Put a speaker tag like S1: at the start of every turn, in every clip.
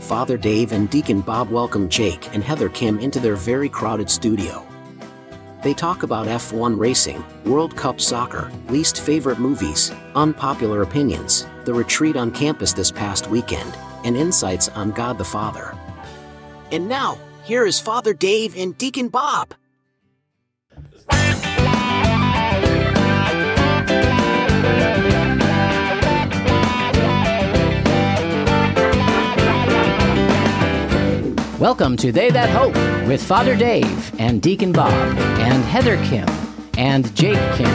S1: Father Dave and Deacon Bob welcome Jake and Heather Kim into their very crowded studio. They talk about F1 racing, World Cup soccer, least favorite movies, unpopular opinions, the retreat on campus this past weekend, and insights on God the Father. And now, here is Father Dave and Deacon Bob.
S2: Welcome to They That Hope with Father Dave and Deacon Bob and Heather Kim and Jake Kim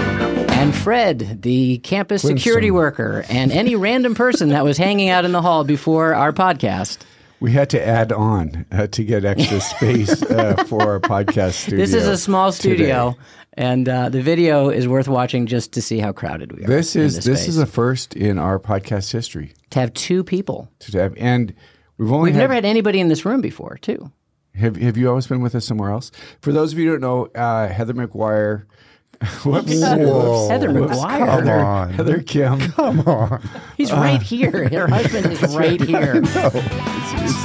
S2: and Fred, the campus security
S3: Winston.
S2: worker, and any random person that was hanging out in the hall before our podcast.
S3: We had to add on uh, to get extra space uh, for our podcast studio.
S2: This is a small
S3: today.
S2: studio, and uh, the video is worth watching just to see how crowded we are.
S3: This
S2: in
S3: is
S2: this,
S3: this,
S2: space.
S3: is a first in our podcast history
S2: to have two people.
S3: to have, and we've only
S2: We've
S3: had,
S2: never had anybody in this room before, too.
S3: have have you always been with us somewhere else? For those of you who don't know, uh, Heather McGuire, whoops,
S4: Whoa.
S2: Heather
S3: whoops,
S2: McGuire.
S4: Come
S3: Heather,
S4: on.
S3: Heather Kim. Come on,
S2: He's right here. Her husband is right here.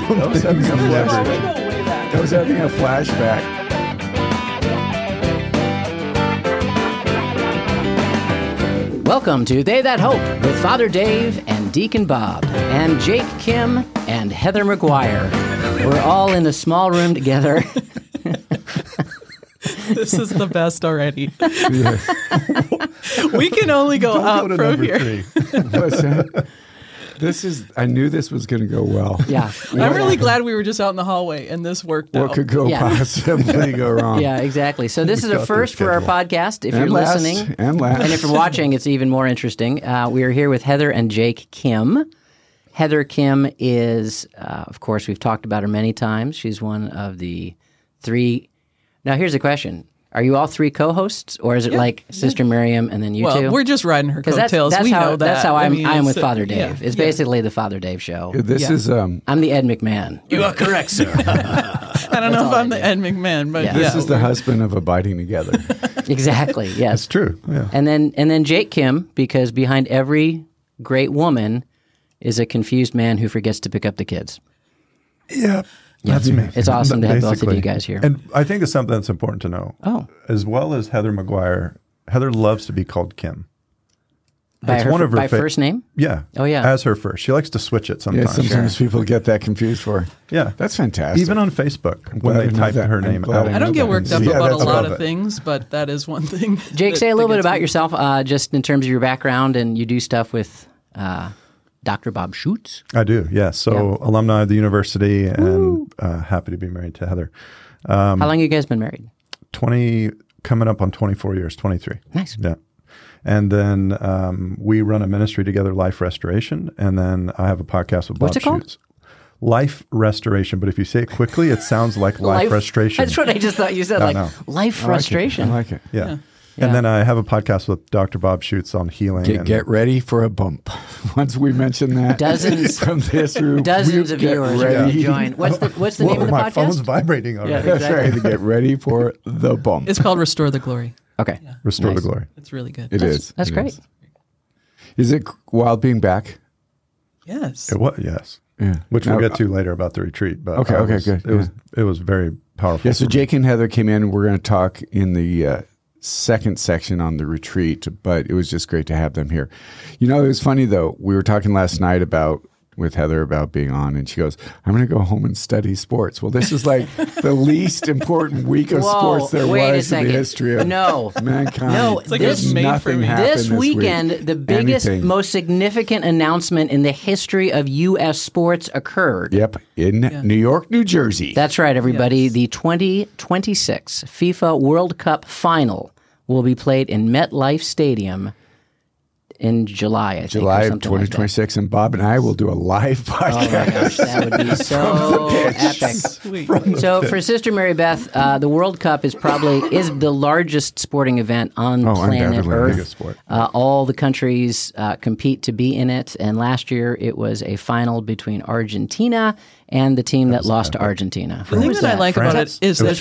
S3: I was having a flashback.
S5: go way back.
S3: I was having a flashback.
S2: Welcome to They That Hope with Father Dave and Deacon Bob and Jake Kim and Heather McGuire. We're all in a small room together.
S5: This is the best already. we can only go up
S2: Uh,
S4: Go to
S5: from
S4: number
S5: here.
S4: three.
S3: What's that? This is. I knew this was going to go well.
S2: Yeah.
S5: I'm really glad we were just out in the hallway and this worked
S3: What
S5: out.
S3: could go
S2: Yeah.
S3: possibly go wrong?
S2: Yeah, exactly. So this is a
S4: got
S2: first
S4: this
S2: for our
S4: scheduled.
S2: podcast. If you're
S3: last,
S2: listening
S3: and last,
S2: and if you're watching, it's even more interesting. Uh, we are here with Heather and Jake Kim. Heather Kim is, uh, of course, we've talked about her many times. She's one of the three. Now, here's a question: Are you all three co-hosts, or is it like Sister Miriam and then you
S5: well,
S2: two?
S5: we're just riding her
S2: Because that's,
S5: coattails.
S2: that's
S5: we
S2: how,
S5: know that.
S2: That's how
S5: I
S2: I'm,
S5: mean,
S2: I'm with
S5: it's-
S2: Father Dave.
S5: yeah,
S2: It's
S5: yeah.
S2: basically the Father Dave show.
S3: this
S5: Yeah.
S3: is um,
S2: I'm the Ed McMahon.
S1: You are correct, sir.
S5: I don't know if I'm the Ed McMahon, but yeah.
S3: this is the husband of abiding together.
S2: exactly. Yes.
S4: It's true. Yeah.
S2: And then and then Jake Kim, because behind every great woman is a confused man who forgets to pick up the kids.
S4: Yeah. That's me.
S2: It's awesome to have both of you
S4: Basically.
S2: guys here.
S4: And I think it's something that's important to know.
S2: Oh.
S4: As well as Heather McGuire, Heather loves to be called Kim.
S2: By
S4: It's
S2: her,
S4: one of her
S2: by
S4: fa-
S2: first name.
S4: Yeah.
S2: Oh, yeah.
S4: As her first. She likes to switch it
S3: Yeah,
S4: sometimes.
S3: sometimes people get that confused for.
S4: Yeah.
S3: That's fantastic.
S4: Even on Facebook,
S3: glad
S4: when
S3: I
S4: they
S3: know
S4: type
S3: that.
S4: her
S3: I'm
S4: name
S3: glad
S4: out.
S3: I
S5: I don't
S3: know
S5: get
S3: that.
S5: worked up
S4: Yeah,
S5: about a
S4: that's
S5: lot of
S4: above it.
S5: things, but that is one thing.
S2: Jake,
S5: that-
S2: say a
S5: that
S2: little bit
S5: gets
S2: about
S5: me.
S2: yourself, uh, just in terms of your background, and you do stuff with uh, Dr. Bob Schutz.
S4: I do, yeah. So alumni of the university and uh, happy to be married to Heather.
S2: How long you guys been married?
S4: 20, coming up on 24 years, 23.
S2: Nice.
S4: Yeah. And then um, we run a ministry together, Life Restoration. And then I have a podcast with Bob
S2: What's it called?
S4: Schutz. Life Restoration. But if you say it quickly, it sounds like life, restoration.
S2: That's what I just thought you said. like
S4: no.
S2: life
S3: I like it.
S2: frustration.
S3: I like it.
S4: yeah.
S2: Yeah.
S4: And then I have a podcast with Dr. Bob Schutz on healing.
S3: Get,
S4: and
S3: get ready for a bump. Once we mention that,
S2: Dozens-
S3: from this room,
S2: Dozens
S3: we
S2: of
S3: get
S2: viewers are going
S3: ready.
S2: to join. What's the What's the
S4: Whoa,
S2: name of the
S4: my
S2: podcast?
S4: phone's vibrating already.
S2: Yeah.
S3: That's right. To get ready for the bump.
S5: It's called Restore the Glory.
S2: Okay,
S4: Restore
S2: Nice.
S4: the glory.
S5: It's really good.
S3: It is.
S2: that's
S3: It
S2: great.
S3: is. Is it wild being back?
S5: Yes.
S4: It was, yes.
S3: Yeah.
S4: Which we'll
S3: Now- uh,
S4: get to later about the retreat. But
S3: Okay,
S4: I
S3: okay,
S4: was-
S3: good,
S4: It
S3: yeah.
S4: was it was very powerful.
S3: Yeah, so
S4: for me.
S3: Jake and Heather came in. We're going to talk in the uh, second section on the retreat, but it was just great to have them here. You know, it was funny though. We were talking last night about with Heather about being on, and she goes, "I'm going to go home and study sports." Well, this is like the least important week of
S2: Whoa,
S3: sports there
S2: wait a
S3: was in
S2: second.
S3: the history of
S2: No.
S3: mankind.
S2: No, It's like
S5: it was
S3: There's
S5: made for
S3: nothing
S5: me.
S3: happened
S2: This
S3: this week.
S2: weekend, the biggest,
S3: Anything.
S2: most significant announcement in the history of U.S. sports occurred.
S3: Yep, in New York, New Jersey.
S2: That's right, everybody. The 2026 FIFA World Cup final will be played in MetLife Stadium in July, I think. or
S3: July of
S2: something like that.
S3: 2026, and Bob and I will do a live
S2: Oh my
S3: podcast.
S2: gosh, that would be so epic.
S5: Sweet.
S2: So for Sister Mary Beth, uh, the World Cup is probably is the largest sporting event on
S3: Oh,
S2: planet
S3: undoubtedly.
S2: Earth.
S4: Biggest sport.
S2: Uh, all the countries uh, compete to be in it, and last year it was a final between Argentina and the team that, lost to Argentina.
S5: The thing that, I like about it is
S4: it
S5: that
S4: was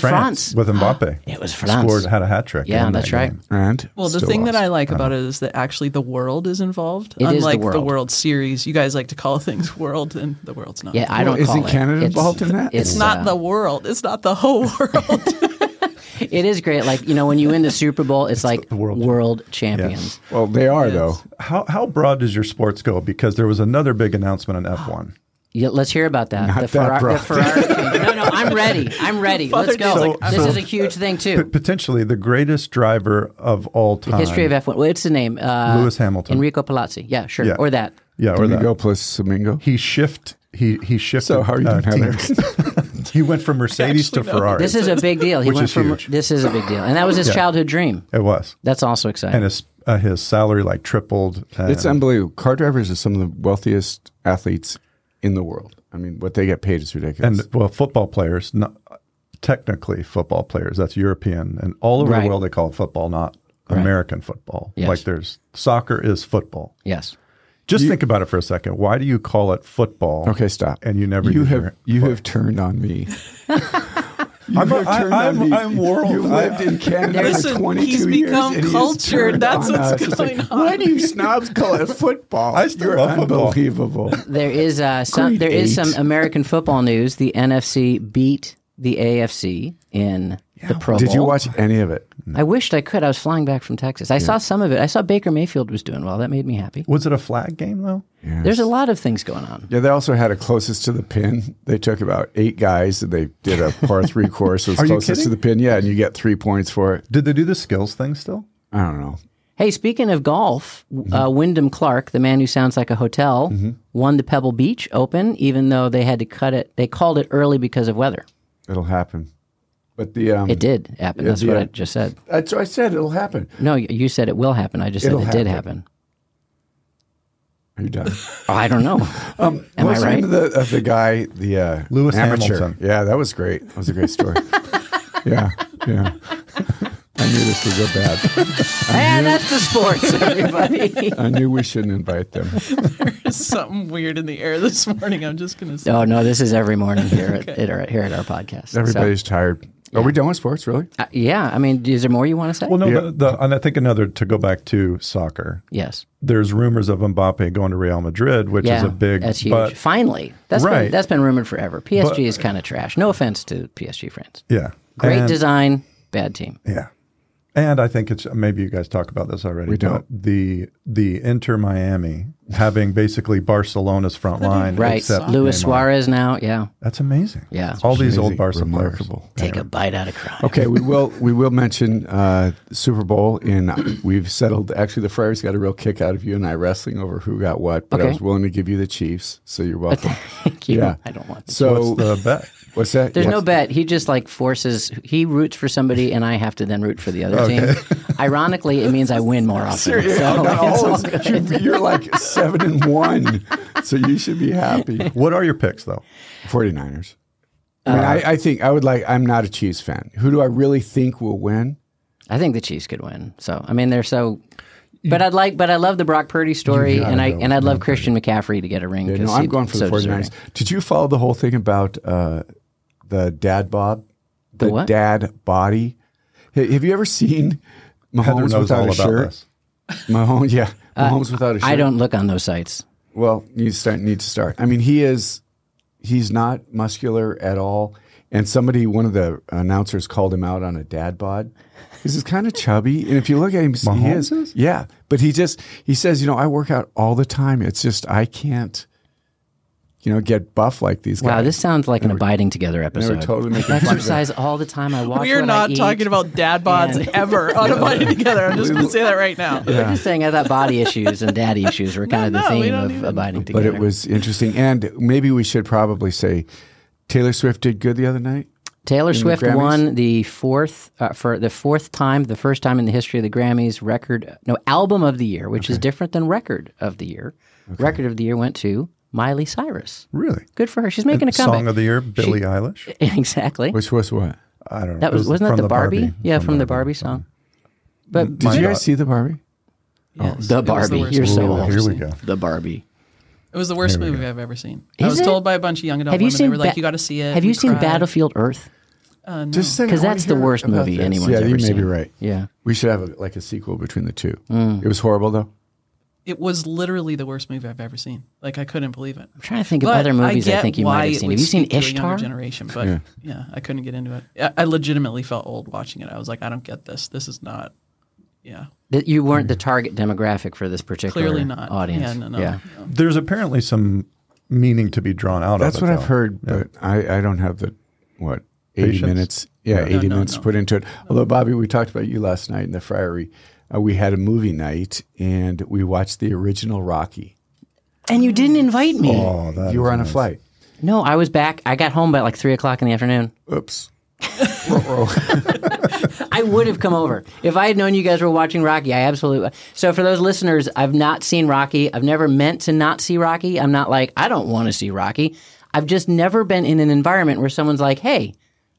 S2: France.
S4: France,
S2: Ah,
S4: with Mbappe.
S2: It was France.
S4: Scored had a hat trick.
S2: Yeah,
S4: in that
S2: that's right.
S4: game.
S3: And
S5: Well, the
S3: still
S5: thing that
S3: lost.
S5: I like about it is that actually the world is involved.
S2: It is the
S5: Unlike
S2: world.
S5: Series, you guys like to call things world, and the world's not.
S2: Yeah, I
S3: Well,
S2: don't.
S3: isn't
S2: call it.
S3: Canada
S2: It's-
S3: involved in that?
S5: it's not
S2: uh,
S5: the world. It's not the whole world.
S2: It is great. Like you know, when you win the Super Bowl, it's, like
S4: the world.
S2: world, champions.
S3: Well, they are though.
S4: How, how broad does your sports go? Because there was another big announcement on F1.
S2: Yeah, let's hear about that. the,
S3: that
S2: Ferra-
S3: broad.
S2: the Ferrari. champion. no, no, I'm ready. I'm ready. Let's go.
S5: Dave's
S4: like,
S2: this
S4: so-
S2: is a huge thing
S4: P-
S2: too.
S4: potentially the greatest driver of all time.
S2: History of F1. What's the name? Uh,
S4: Lewis Hamilton.
S2: Enrico Palazzi. Yeah, sure.
S4: Yeah.
S2: Or that.
S4: Yeah, or that.
S3: Domingo plus Domingo.
S4: He shift. He he shifted.
S3: So how are you
S4: uh,
S3: doing, Heather?
S4: teams. he went from Mercedes to
S5: actually know.
S4: Ferrari.
S2: This is a big deal. He
S4: Which
S2: went
S4: is
S2: from
S4: huge.
S2: this is a big deal, and that was his childhood dream.
S4: it was,
S2: That's also exciting.
S4: and his uh, his salary like tripled. And
S3: It's unbelievable. Car drivers are some of the wealthiest athletes in the world. I mean, what they get paid is ridiculous.
S4: and well, football players, not, technically football players. That's European and all over
S2: Right.
S4: the world. They call it football, not American football.
S2: Yes.
S4: Like there's soccer is football.
S2: yes.
S4: Just think about it for a second. Why do you call it football?
S3: okay, stop.
S4: And you never
S3: you
S4: use
S3: have
S4: your-
S3: you have turned on me. You
S4: I'm a-
S3: have turned
S4: I-
S3: on
S4: I'm-
S3: me.
S4: I'm world-
S3: You lived in Canada for
S5: Listen,
S3: 22
S5: he's
S3: years.
S5: become
S3: and he has
S5: cultured.
S3: turned
S5: That's
S3: on
S5: what's
S3: us. It's
S5: going
S3: like,
S5: on.
S3: Why do you snobs call it football?
S4: I still
S3: You're
S4: love football.
S3: unbelievable.
S2: There is uh, some.
S3: Grade
S2: There is
S3: eight.
S2: some American football news. The NFC beat the AFC in the Pro Bowl.
S3: Did you watch any of it?
S2: I wished I could. I was flying back from Texas. I saw some of it. I saw Baker Mayfield was doing well. That made me happy.
S4: Was it a flag game though?
S2: There's a lot of things going on.
S3: Yeah, they also had a closest to the pin. They took about eight guys and they did a par three course. It was
S4: Are you
S3: closest to
S4: kidding?
S3: the pin. Yeah, and you get three points for it.
S4: Did they do the skills thing still?
S3: I don't know.
S2: Hey, speaking of golf, uh, Wyndham Clark, the man who sounds like a hotel, won the Pebble Beach Open, even though they had to cut it. They called it early because of weather.
S3: It'll happen. But the um,
S2: It did happen. That's what
S3: yeah.
S2: I just said.
S3: That's what I said. It'll happen.
S2: No, y- you said it will happen. I just said
S3: It'll
S2: it did
S3: happen.
S2: happen.
S3: Are you done?
S2: I don't know. Am I
S3: What's the name
S2: right?
S3: of the, of the guy? The uh,
S4: Lewis
S3: amateur.
S4: Hamilton.
S3: Yeah, that was great. That was a great story. yeah, yeah. I knew this would go bad.
S2: And that's the sports, everybody.
S3: I knew we shouldn't invite them.
S5: There's something weird in the air this morning. I'm just gonna say.
S2: oh no, this is every morning here at, at, here at our podcast. So,
S3: Everybody's tired. Are we done with sports? Really?
S2: uh, yeah, I mean, is there more you want to say?
S4: Well, no, the, the, and I think another to go back to soccer.
S2: yes.
S4: There's rumors of Mbappe going to Real Madrid, which is a big.
S2: that's huge.
S4: But
S2: Finally, that's
S4: Right.
S2: been, that's been rumored forever. PSG
S4: But-
S2: is kind of trash. No offense to PSG fans.
S4: yeah,
S2: Great
S4: And-
S2: design, bad team.
S4: Yeah, and I think it's maybe you guys talk about this already. We
S3: don't.
S4: the the Inter Miami having basically Barcelona's front line,
S2: Right,
S4: Except
S2: Luis
S4: Neymar.
S2: Suarez now. Yeah,
S4: That's amazing.
S2: Yeah. It's
S4: all these old
S3: Amazing.
S4: Barca
S3: Remarkable.
S2: take a bite out of crime.
S3: Okay, we will we will mention uh, Super Bowl in we've settled actually the Friars got a real kick out of you and I wrestling over who got what, but I
S2: Okay.
S3: was willing to give you the Chiefs, so you're welcome.
S2: Thank you.
S3: Yeah.
S2: I don't want. This.
S3: So
S4: players. What's the bet?
S3: what's that?
S2: There's no
S3: What's-
S2: bet. He just like forces. He roots for somebody, and I have to then root for the other team. Ironically, it means I win more often. So
S3: Not
S2: it's all
S3: always. You- Oh, You're like seven and one, so you should be happy.
S4: What are your picks though?
S3: 49ers. I,
S2: Uh,
S3: mean, I, I think I would like. I'm not a Chiefs fan. Who do I really think will win?
S2: I think the Chiefs could win. So I mean, they're so. But I'd like, but I love the Brock Purdy story, and I and I'd love Christian McCaffrey to get a ring.
S3: Yeah,
S2: 'cause
S3: no, I'm
S2: he-
S3: going for
S2: so
S3: the 49ers.
S2: deserving.
S3: Did you follow the whole thing about uh, the dad bod? The,
S2: what?
S3: dad body. H- Have you ever seen
S4: Heather
S3: Mahomes
S4: knows all
S3: without a
S4: about
S3: shirt?
S4: this.
S3: Mahomes, yeah, Mahomes without a shirt.
S2: Uh, I don't look on those sites.
S3: Well, you start need to start. I mean, he is he's not muscular at all. And somebody, one of the announcers, called him out on a dad bod. This is kind of chubby, and if you look at him, he
S4: Mahomes
S3: is,
S4: is?
S3: yeah. But he just he says, you know, I work out all the time. It's just I can't, you know, get buff like these
S2: Wow,
S3: guys.
S2: this sounds like an abiding together
S3: they were
S2: episode.
S3: totally making fun of him.
S2: Exercise all the time. I watch.
S5: We are
S2: what
S5: not
S2: I eat.
S5: talking about dad bods
S2: and-
S5: ever on a Monday together. I'm just gonna say that right now.
S2: I'm just saying. I thought body issues and daddy issues were kind of the
S5: no, we
S2: theme
S5: don't
S2: of
S5: even-
S2: abiding
S3: But
S2: together.
S3: it was interesting, and maybe we should probably say Taylor Swift did good the other night.
S2: Taylor Swift
S3: Grammys?
S2: won the fourth uh, for the fourth time, the first time in the history of the Grammys record no album of the year, which is different than record of the year. Record of the year went to Miley Cyrus.
S4: Really?
S2: Good for her. She's making a comeback.
S4: Song of the year, Billie Eilish.
S2: exactly.
S3: Which was what?
S4: I don't know.
S2: That
S4: It
S2: was wasn't
S4: from
S2: that the Barbie? Yeah, from, the
S4: Barbie.
S2: Barbie song. But
S3: Did you guys see the Barbie?
S2: the Barbie,
S5: worst
S2: you're so
S4: movie.
S2: old.
S4: Here we go.
S2: The Barbie.
S5: It was the worst movie I've ever seen. I
S2: Is
S5: was
S2: it?
S5: told by a bunch of young adult
S2: Have you
S5: women. they
S2: seen?
S5: were like,
S2: Ba-
S5: "You got to see it."
S2: Have
S5: We
S2: you seen
S5: cried.
S2: Battlefield Earth?
S3: Just saying, I
S2: Because
S3: wanna
S2: that's the
S3: hear
S2: worst
S3: about
S2: movie
S3: this.
S2: anyone's
S3: Yeah,
S2: ever
S3: you may be
S2: seen.
S3: right.
S2: Yeah. Mm.
S3: We should have a, like a sequel between the two. It was horrible though.
S5: it was literally the worst movie I've ever seen. Like I couldn't believe it.
S2: I'm trying to think of other movies I,
S5: get
S2: think you
S5: why
S2: might have
S5: it
S2: seen.
S5: would
S2: Have you seen
S5: speak to a younger
S2: Ishtar?
S5: Generation, but yeah. I couldn't get into it. I, I legitimately felt old watching it. I was like, I don't get this. This is not. Yeah,
S2: That you weren't the target demographic for this particular
S5: Mm. clearly not
S2: audience.
S5: Yeah, no, no,
S2: yeah.
S5: no.
S4: There's apparently some meaning to be drawn out
S3: That's
S4: of it.
S3: what I've
S4: though.
S3: heard, but I, I don't have the what eighty
S4: Patience?
S3: minutes. Yeah,
S4: No,
S3: eighty
S5: no,
S3: minutes
S5: no.
S3: put into it. Although Bobby, we talked about you last night in the Friary. Uh, we had a movie night and we watched the original Rocky.
S2: And you didn't invite me.
S4: Oh, that
S3: you
S4: is
S3: were on
S4: nice.
S3: a flight.
S2: No, I was back. I got home by like three o'clock in the afternoon.
S3: Oops.
S2: I would have come over if I had known you guys were watching Rocky. I absolutely. So for those listeners, I've not seen Rocky. I've never meant to not see Rocky. I'm not like I don't want to see Rocky. I've just never been in an environment where someone's like, "Hey,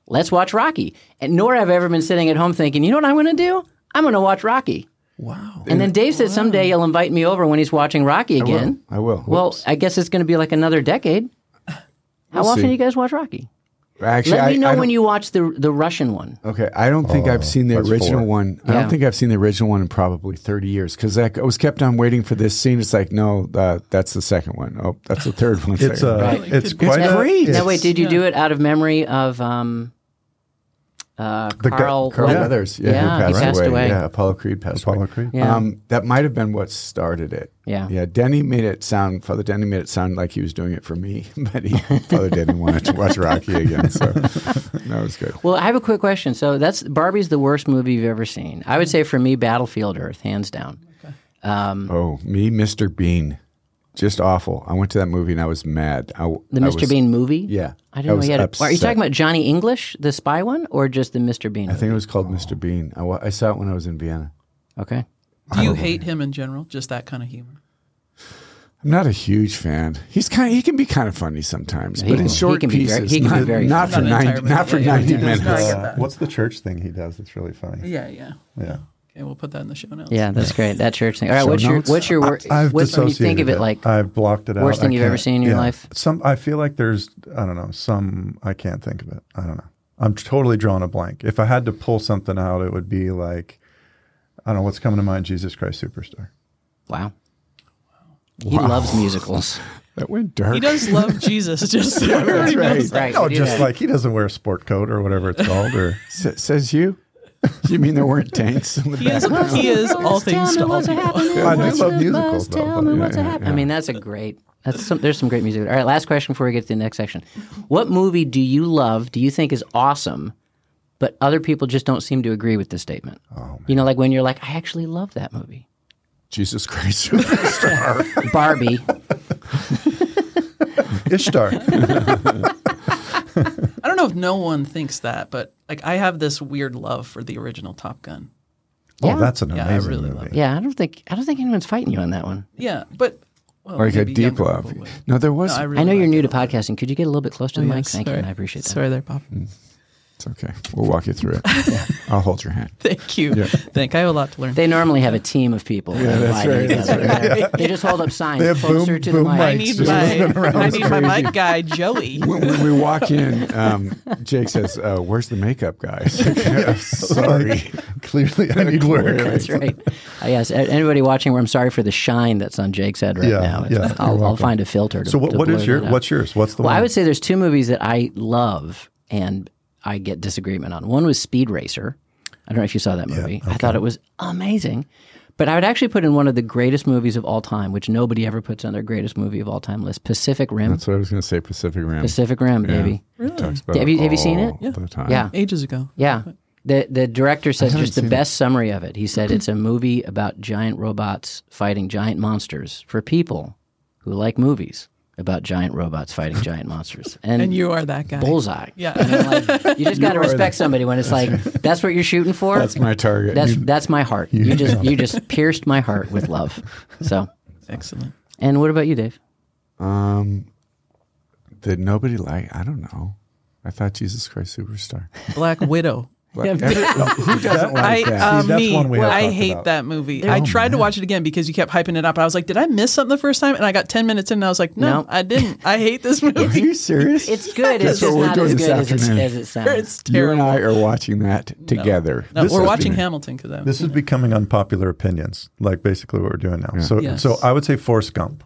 S2: let's watch Rocky," and nor have I ever been sitting at home thinking, "You know what I'm going to do? I'm going to watch Rocky."
S5: Wow.
S2: And then Dave said someday you'll invite me over when he's watching Rocky again.
S3: I will.
S2: Well, I guess it's going to be like another decade. How often
S3: see.
S2: do you guys watch Rocky?
S3: actually,
S2: Let
S3: I,
S2: me know
S3: I don't-
S2: when you watch the the Russian one.
S3: Okay, I don't think I've seen the
S4: Oh, that's
S3: original
S4: four.
S3: one. I
S2: Yeah.
S3: don't think I've seen the original one in probably thirty years because I, I was kept on waiting for this scene. It's like, no, uh, that's the second one. Oh, that's the third one.
S4: It's uh, a,
S5: Right.
S4: it's quite
S2: Now-
S4: a,
S3: uh, great.
S2: Now,
S4: it's-
S2: wait, did you do it out of memory of um, uh,
S4: guy-
S2: Carl?
S3: Carl
S2: Weathers?
S3: Weathers.
S2: Yeah,
S3: who
S2: he passed away.
S3: Yeah, Apollo Creed passed
S4: Apollo
S3: away.
S4: Creed.
S2: Yeah.
S3: Um, that might have been what started it.
S2: Yeah.
S3: Yeah. Denny made it sound, Father Denny made it sound like he was doing it for me, but he, Father Denny wanted to watch Rocky again. So that was good.
S2: Well, I have a quick question. So that's Barbie's the worst movie you've ever seen. I would say for me, Battlefield Earth, hands down. Mm.
S3: Oh, me, Mr. Bean. Just awful. I went to that movie and I was mad. I,
S2: The Mr. Bean movie.
S3: Yeah.
S2: I didn't know
S3: was
S2: he had. A, are you
S3: upset.
S2: talking about Johnny English, the spy one, or just the Mr. Bean?
S3: I think it was
S2: Oh.
S3: called Mr. Bean. I, wa- I saw it when I was in Vienna.
S2: Okay.
S5: Do you hate him in general? Just that kind of humor.
S3: I'm not a huge fan. He's kind. He can be kind of funny sometimes, but
S2: can-
S3: in
S2: he
S3: short
S2: can be
S3: pieces,
S2: very- he can be
S3: not,
S2: very
S3: not for
S5: funny. Not an
S3: ninety,
S5: entire
S3: not for
S5: movie. Yeah, yeah,
S3: ninety
S5: yeah.
S3: minutes.
S5: No, I
S4: Uh, what's the church thing he does that's really funny?
S5: Yeah, yeah,
S4: Yeah.
S5: Okay, we'll put that in the show notes.
S2: Yeah, that's great. That church thing. All right, what's your
S3: notes?
S2: what's your wor-
S4: I've
S2: what's when you think of
S4: dissociated
S2: it like?
S4: I've blocked it out.
S2: worst thing
S4: I
S2: you've ever
S4: can't-
S2: seen in your
S4: yeah.
S2: life?
S4: Some I feel like there's I don't know some I can't think of it. I don't know. I'm totally drawing a blank. If I had to pull something out, it would be like I don't know what's coming to mind. Jesus Christ Superstar.
S2: wow. He loves musicals.
S3: That went dark.
S5: He does love Jesus. Just so everybody knows that.
S2: Right.
S4: No,
S2: we do
S4: just
S2: that.
S4: like he doesn't wear a sport coat or whatever it's called. Or
S3: S- says you. You mean there weren't tanks in the
S5: He is,
S3: background?
S5: he is all things to all people.
S4: I do love musicals though. but-
S2: I mean, that's a great. That's some, there's some great music. All right, last question before we get to the next section. What movie do you love? Do you think is awesome, but other people just don't seem to agree with this statement?
S4: Oh,
S2: you know, like when you're like, I actually love that movie,
S3: Jesus Christ superstar.
S2: Barbie.
S4: Ishtar. Oh,
S5: I don't know if no one thinks that, but like I have this weird love for the original Top Gun.
S4: Oh, that's an
S5: Yeah, I
S4: amazing
S5: really love
S4: movie.
S2: yeah, I don't think I don't think anyone's fighting you on that one.
S5: Yeah, but well,
S3: like a
S5: maybe
S3: deep
S5: younger
S3: love.
S5: people would.
S3: No, there was.
S5: I, really
S2: I know you're
S5: like
S2: new
S5: it.
S2: to podcasting. Could you get a little bit close to the
S5: Oh, Yeah,
S2: mic? Thank you,
S5: sorry.
S2: and I appreciate that.
S5: Sorry there, Pop.
S4: Mm.
S3: it's okay. We'll walk you through it. I'll hold your hand.
S5: Thank you. Thank. I have a lot to learn.
S2: They normally have a team of people. that
S3: that's
S2: lie to
S3: right,
S2: each
S3: that's
S2: other. They just hold up signs
S4: have
S2: closer
S4: boom-
S2: to
S4: boom
S2: the mic.
S5: I
S4: mics.
S5: need
S4: Just
S5: my
S4: moving around.
S5: I
S4: It's
S5: need my
S4: crazy.
S5: mic guy Joey.
S3: When, when we walk in, um, Jake says, uh, "Where's the makeup guys?" Sorry.
S4: Clearly, I need work.
S2: That's right. Uh, yes. a- Anybody watching, I'm sorry for the shine that's on Jake's head right
S4: Yeah,
S2: now. It's-
S4: yeah, you're
S2: I'll, I'll
S4: welcome.
S2: find a filter. To,
S4: So what,
S2: to
S4: what
S2: blur
S4: is your
S2: that out.
S4: what's yours? What's the
S2: Well,
S4: one?
S2: I would say there's two movies that I love and I get disagreement on. One was Speed Racer. I don't know if you saw that movie. I thought it was amazing. But I would actually put in one of the greatest movies of all time, which nobody ever puts on their greatest movie of all time list: Pacific Rim.
S3: That's what I was going to say. Pacific Rim.
S2: Pacific Rim, baby.
S3: Really?
S2: Have you- have you seen it?
S3: Yeah. The time.
S2: Yeah.
S5: Ages ago.
S2: Yeah. The the director says
S3: haven't
S2: just the
S3: seen
S2: best summary of it. He said it's a movie about giant robots fighting giant monsters for people who like movies about giant robots fighting giant monsters. And,
S5: And you are that guy.
S2: bullseye.
S5: Yeah.
S2: I mean, like, you just got to respect somebody when it's like that's what you're shooting for.
S3: That's my target.
S2: That's
S3: You-
S2: that's my heart. You just you just pierced my heart with love. So,
S5: Excellent.
S2: and what about you, Dave?
S3: Um, that nobody like. I don't know. I thought Jesus Christ Superstar.
S5: Black Widow.
S3: Like, every- who doesn't
S5: I,
S3: like that?
S2: um,
S5: uh,
S4: See, that's
S5: me,
S4: one we have
S5: I
S4: talked
S5: hate
S4: about. Oh,
S5: that movie. I tried to watch it again because you kept hyping it up. I was like, did I miss something the first time? And I got 10 minutes in and I was like, no,
S2: No.
S5: I didn't. I hate this
S3: Are
S5: movie.
S3: you serious?
S2: It's good.
S3: That's
S2: it's just
S3: what we're
S2: not
S3: doing
S2: as
S3: this
S2: good as it,
S3: afternoon.
S2: as it sounds.
S5: it's
S3: you and
S5: terrible.
S3: I are watching that together.
S5: No,
S4: This
S5: we're
S4: is
S5: watching
S4: being-
S5: Hamilton because
S4: This is becoming unpopular opinions, like basically what we're doing now. So,
S5: Yes.
S4: so I would say Forrest Gump.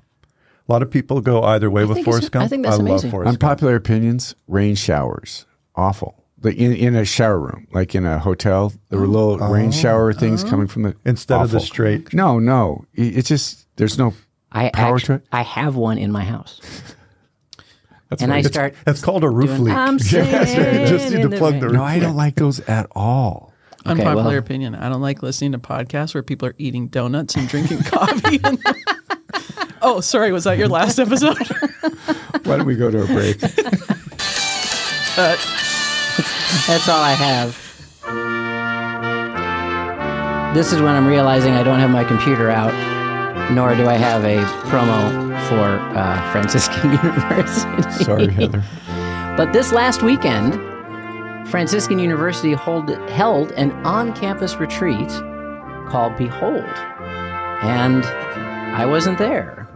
S4: A lot of people go either way with
S2: think it's-
S4: Forrest Gump.
S2: I think that's
S4: love
S2: amazing.
S4: Forrest Gump.
S3: Unpopular opinions: rain showers, awful. Like in, in a shower room, like in a hotel, there were little
S2: Oh.
S3: rain shower things coming from the
S4: Instead of the
S3: awful.
S4: straight-
S3: No, no, it, it's just there's no
S2: I
S3: power
S2: actu-
S3: to it.
S2: I have one in my house,
S3: That's
S2: and
S3: what
S2: I
S3: it is.
S2: start. Um,
S4: It's called a roof leak.
S2: I'm
S4: Yeah, that's right. You Just
S2: sitting
S4: need
S2: in
S4: to
S2: the
S4: plug
S2: rain.
S4: the roof.
S3: no, I don't like those at all.
S2: Okay,
S5: Unpopular
S2: well-
S5: opinion. I don't like listening to podcasts where people are eating donuts and drinking coffee. And oh, sorry. Was that your last episode?
S3: Why don't we go to a break?
S2: That's all I have. This is when I'm realizing I don't have my computer out, nor do I have a promo for uh, Franciscan University.
S3: Sorry, Heather.
S2: But this last weekend, Franciscan University hold, held an on campus retreat called Behold. And I wasn't there.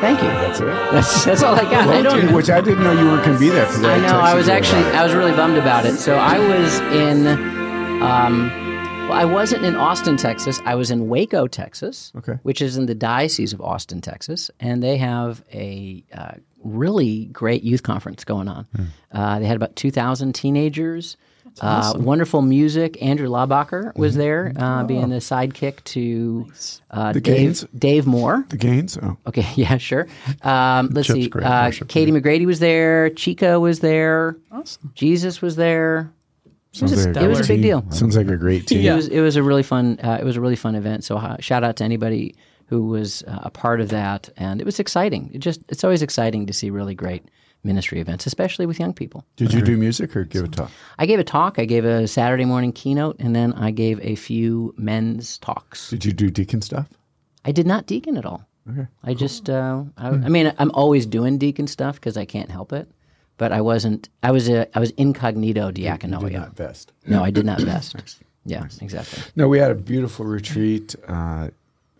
S2: Thank you.
S3: That's it.
S2: That's, that's all I got. I don't
S3: Which I didn't know you weren't going to be there. 'cause
S2: I know. I
S3: texted
S2: was
S3: you
S2: actually
S3: about it.
S2: I was really bummed about it. So I was in, um, well, I wasn't in Austin, Texas. I was in Waco, Texas,
S3: Okay.
S2: which is in the diocese of Austin, Texas, and they have a uh, really great youth conference going on.
S3: Hmm.
S2: Uh, they had about two thousand teenagers. Uh, wonderful music. Andrew Laubacher
S3: Mm-hmm.
S2: was there, uh, being the sidekick to uh,
S3: Oh. The
S2: Dave,
S3: Gaines?
S2: Dave Moore.
S3: the gains. Oh,
S2: Okay, yeah, sure. Um, let's
S4: Chip's
S2: see.
S4: great
S2: Uh,
S4: worship
S2: Katie McGrady was there. Chico was there.
S5: awesome.
S2: Jesus was there.
S3: sounds
S5: a
S3: like
S5: stellar- It was a
S3: great
S2: big
S3: team.
S2: deal.
S3: Sounds like a great team.
S2: It
S5: Yeah.
S2: was it was a really fun uh, it was a really fun event. So uh, shout out to anybody who was uh, a part of that, and it was exciting. It just it's always exciting to see really great ministry events, especially with young people.
S3: Did you do music or give a talk?
S2: I gave a talk. I gave a Saturday morning keynote, and then I gave a few men's talks.
S3: Did you do deacon stuff?
S2: I did not deacon at all. Okay, I just uh, I, I mean I'm always doing deacon stuff because I can't help it. But I wasn't. I was a. I was incognito diaconoia.
S3: best.
S2: No, I did not vest. Yeah, exactly.
S3: No, we had a beautiful retreat. Uh,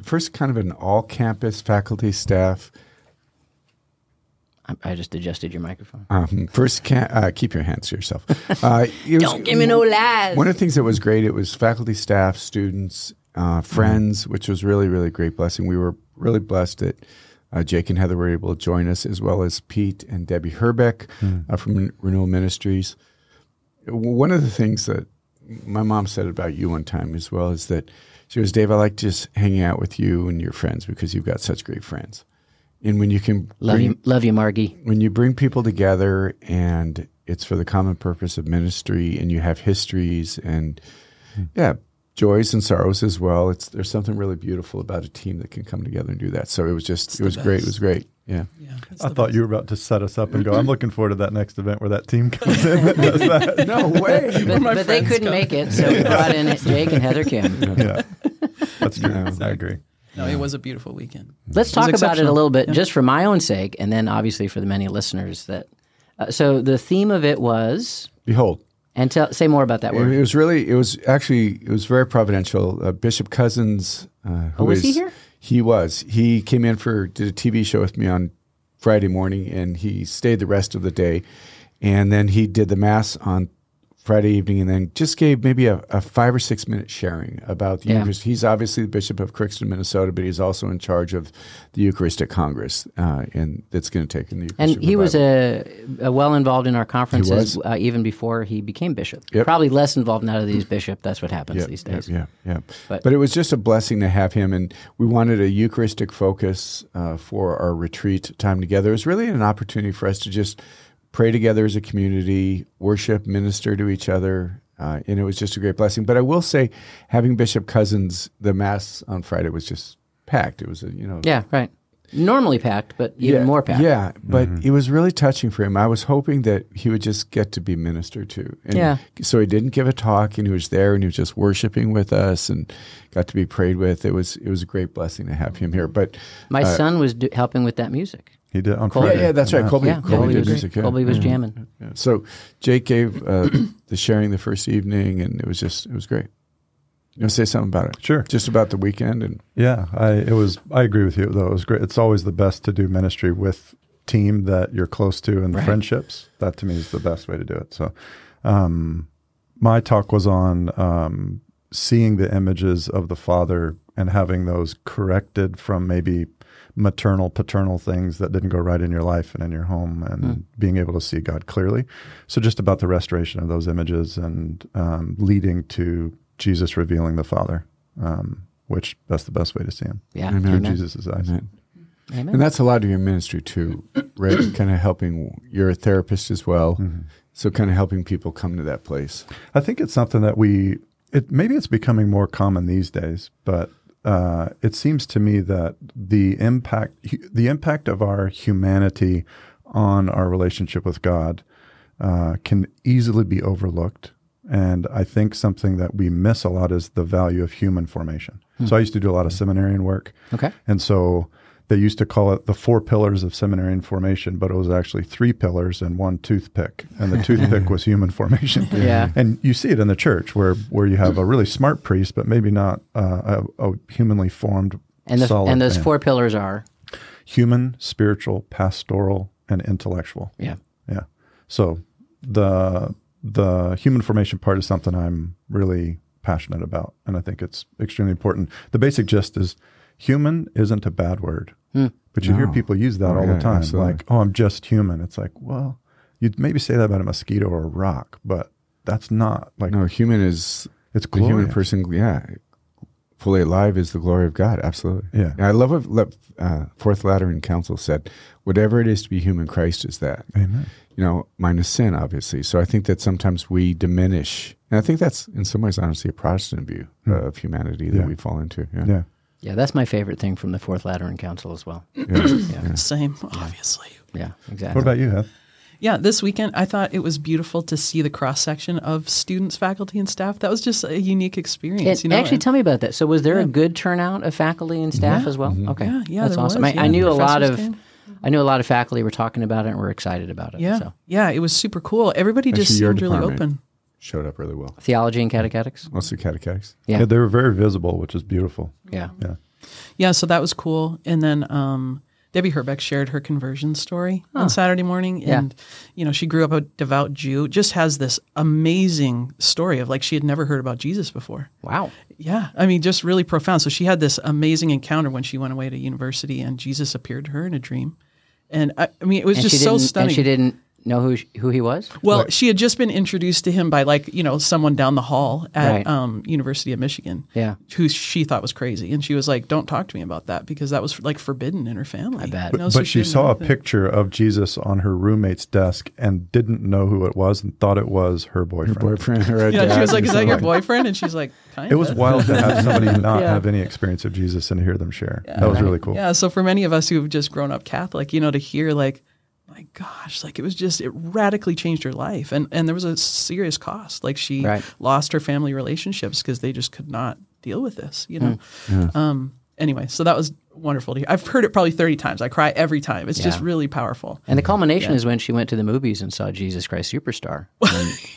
S3: first, kind of an all campus faculty staff.
S2: I, I just adjusted your microphone.
S3: Um, first, ca- uh, keep your hands to yourself. Uh, it was-
S2: Don't give me no lies.
S3: One of the things that was great, it was faculty, staff, students,
S2: Mm-hmm.
S3: uh, friends, which was really, really great blessing. We were really blessed that uh, Jake and Heather were able to join us, as well as Pete and Debbie Herbeck
S2: Mm.
S3: uh, from Renewal Ministries. One of the things that my mom said about you one time as well is that she goes, Dave, I like just hanging out with you and your friends because you've got such great friends. And when you can
S2: Love
S3: bring-
S2: you, love you, Margie.
S3: when you bring people together and it's for the common purpose of ministry and you have histories and yeah joys and sorrows as well it's there's something really beautiful about a team that can come together and do that so it was just it was great it was great yeah
S4: I thought you were about to set us up and go. I'm looking forward to that next event where that team comes in. and does that.
S3: no way
S2: But,
S5: my
S2: but they
S5: friends
S2: couldn't
S5: come.
S2: make it, so we brought in Jake and Heather Kim.
S4: Yeah, that's true.
S3: No.
S4: I agree.
S5: No, it was a beautiful weekend.
S2: Let's talk about it a
S5: exceptional.
S2: little bit, just for my own sake, and then obviously for the many listeners that. Uh, so the theme of it was,
S3: behold
S2: and tell, say more about that
S3: it
S2: word.
S3: was really it was actually it was very providential uh, bishop cousins uh, who
S2: Oh, was he
S3: is-
S2: here?
S3: he was he came in for did a tv show with me on friday morning and he stayed the rest of the day and then he did the mass on friday evening and then just gave maybe a, a five or six minute sharing about the
S2: Yeah.
S3: university he's obviously the bishop of crookston minnesota but he's also in charge of the eucharistic congress uh, and that's going to take in the
S2: And
S3: Eucharistic
S2: he was
S3: revival.
S2: a, a well involved in our conferences
S3: He was.
S2: uh, even before he became bishop.
S3: Yep.
S2: Probably less involved now that he's bishop. That's what happens
S3: Yeah,
S2: these
S3: yeah,
S2: days.
S3: Yeah, yeah.
S2: But-
S3: But, it was just a blessing to have him, and we wanted a Eucharistic focus uh, for our retreat time together. It was really an opportunity for us to just pray together as a community, worship, minister to each other. Uh, and it was just a great blessing. But I will say, having Bishop Cousins, the mass on Friday was just packed. It was a you know
S2: yeah right. normally packed, but even
S3: yeah,
S2: more packed.
S3: Yeah, but it was really touching for him. I was hoping that he would just get to be ministered to. And
S2: Yeah.
S3: So he didn't give a talk, and he was there, and he was just worshiping with us, and got to be prayed with. It was it was a great blessing to have him here. But
S2: My son was do- helping with that music.
S4: He did on
S3: yeah,
S4: Friday.
S3: yeah, that's right. Colby,
S2: yeah,
S3: Colby,
S2: Colby
S3: did
S2: was,
S3: music. Yeah.
S2: Colby was jamming.
S3: Yeah. So Jake gave uh, the sharing the first evening, and it was just it was great. You know, say something about it.
S4: Sure.
S3: Just about the weekend, and
S4: Yeah, I it was. I agree with you though. It was great. It's always the best to do ministry with team that you're close to and the friendships. That to me is the best way to do it. So, um, my talk was on um, seeing the images of the father and having those corrected from maybe maternal paternal things that didn't go right in your life and in your home and being able to see god clearly so just about the restoration of those images and um, leading to jesus revealing the father um, which that's the best way to see him
S2: Yeah.
S3: Amen.
S4: through
S2: Amen.
S4: jesus' eyes
S2: Amen.
S3: and that's a lot of your ministry too, right? kind of helping. You're a therapist as well,
S4: Mm-hmm.
S3: so kind of helping people come to that place.
S4: I think it's something that we it maybe it's becoming more common these days, but uh, it seems to me that the impact hu- the impact of our humanity on our relationship with God uh, can easily be overlooked. And I think something that we miss a lot is the value of human formation. So I used to do a lot of seminarian work.
S2: Okay.
S4: And so they used to call it the four pillars of seminary and formation, but it was actually three pillars and one toothpick. And the toothpick was human formation.
S2: Yeah.
S4: And you see it in the church where, where you have a really smart priest, but maybe not uh, a, a humanly formed,
S2: And, the,
S4: solid
S2: and those
S4: man.
S2: four pillars are
S4: human, spiritual, pastoral, and intellectual.
S2: yeah.
S4: Yeah. So the the human formation part is something I'm really passionate about, and I think it's extremely important. The basic gist is human isn't a bad word, but you hear people use that all
S3: yeah,
S4: the time.
S3: absolutely.
S4: Like, oh, I'm just human. It's like, well, you'd maybe say that about a mosquito or a rock, but that's not like
S3: No, human is
S4: it's
S3: the human
S4: glorious.
S3: person. Yeah, fully alive is the glory of God. Absolutely.
S4: Yeah.
S3: And I love what Le- uh, Fourth Lateran Council said. Whatever it is to be human, Christ is that.
S4: Amen.
S3: You know, minus sin, obviously. So I think that sometimes we diminish, and I think that's in some ways, honestly, a Protestant view uh, of humanity that
S4: Hmm. Yeah.
S3: we fall into.
S4: Yeah.
S2: Yeah, that's my favorite thing from the Fourth Lateran Council as well.
S5: Same, obviously.
S2: Yeah, exactly.
S4: What about you, Heath?
S5: Yeah, this weekend I thought it was beautiful to see the cross section of students, faculty, and staff. That was just a unique experience.
S2: And
S5: you know,
S2: actually,
S5: and-
S2: tell me about that. So, was there a good turnout of faculty and staff as well? Okay,
S5: Yeah, yeah,
S2: that's
S5: there
S2: awesome.
S5: was,
S2: I, I
S5: yeah.
S2: knew a lot of,
S5: Professors came.
S2: I knew a lot of faculty were talking about it and were excited about it.
S5: yeah,
S2: So.
S5: yeah, it was super cool. Everybody just
S3: Actually, your
S5: seemed really
S3: department.
S5: open.
S3: Showed up really well.
S2: Theology and catechetics.
S3: Mostly catechetics.
S2: Yeah.
S4: they were very visible, which is beautiful.
S5: Mm-hmm.
S2: Yeah.
S4: Yeah.
S5: Yeah, so that was cool. And then um, Debbie Herbeck shared her conversion story on Saturday morning, and you know she grew up a devout Jew. Just has this amazing story of like she had never heard about Jesus before.
S2: Wow.
S5: Yeah, I mean, just really profound. So she had this amazing encounter when she went away to university, and Jesus appeared to her in a dream. And I, I mean, it was
S2: And she
S5: just so
S2: didn't.
S5: stunning.
S2: And she didn't know who she, who he was.
S5: Well, she had just been introduced to him by like you know someone down the hall at
S2: Right.
S5: um, University of Michigan,
S2: Yeah.
S5: who she thought was crazy, and she was like, "Don't talk to me about that because that was like forbidden in her family." I
S2: bet.
S4: But, but she saw a picture of Jesus on her roommate's desk and didn't know who it was and thought it was her boyfriend.
S3: Boyfriend or a
S5: Yeah,
S3: dad
S5: she was like,
S3: or
S5: "Is that your
S3: something.
S5: boyfriend?" And she's like, kind
S4: It was wild to have somebody not have any experience of Jesus and hear them share. that was really cool.
S5: Yeah, so for many of us who have just grown up Catholic, you know, to hear like, my gosh, like it was just it radically changed her life, and and there was a serious cost. Like she
S2: Right.
S5: lost her family relationships because they just could not deal with this. You know.
S2: Mm,
S5: Um. Anyway, so that was wonderful to hear. I've heard it probably thirty times. I cry every time. It's just
S2: Yeah.
S5: really powerful.
S2: And the culmination is when she went to the movies and saw Jesus Christ Superstar.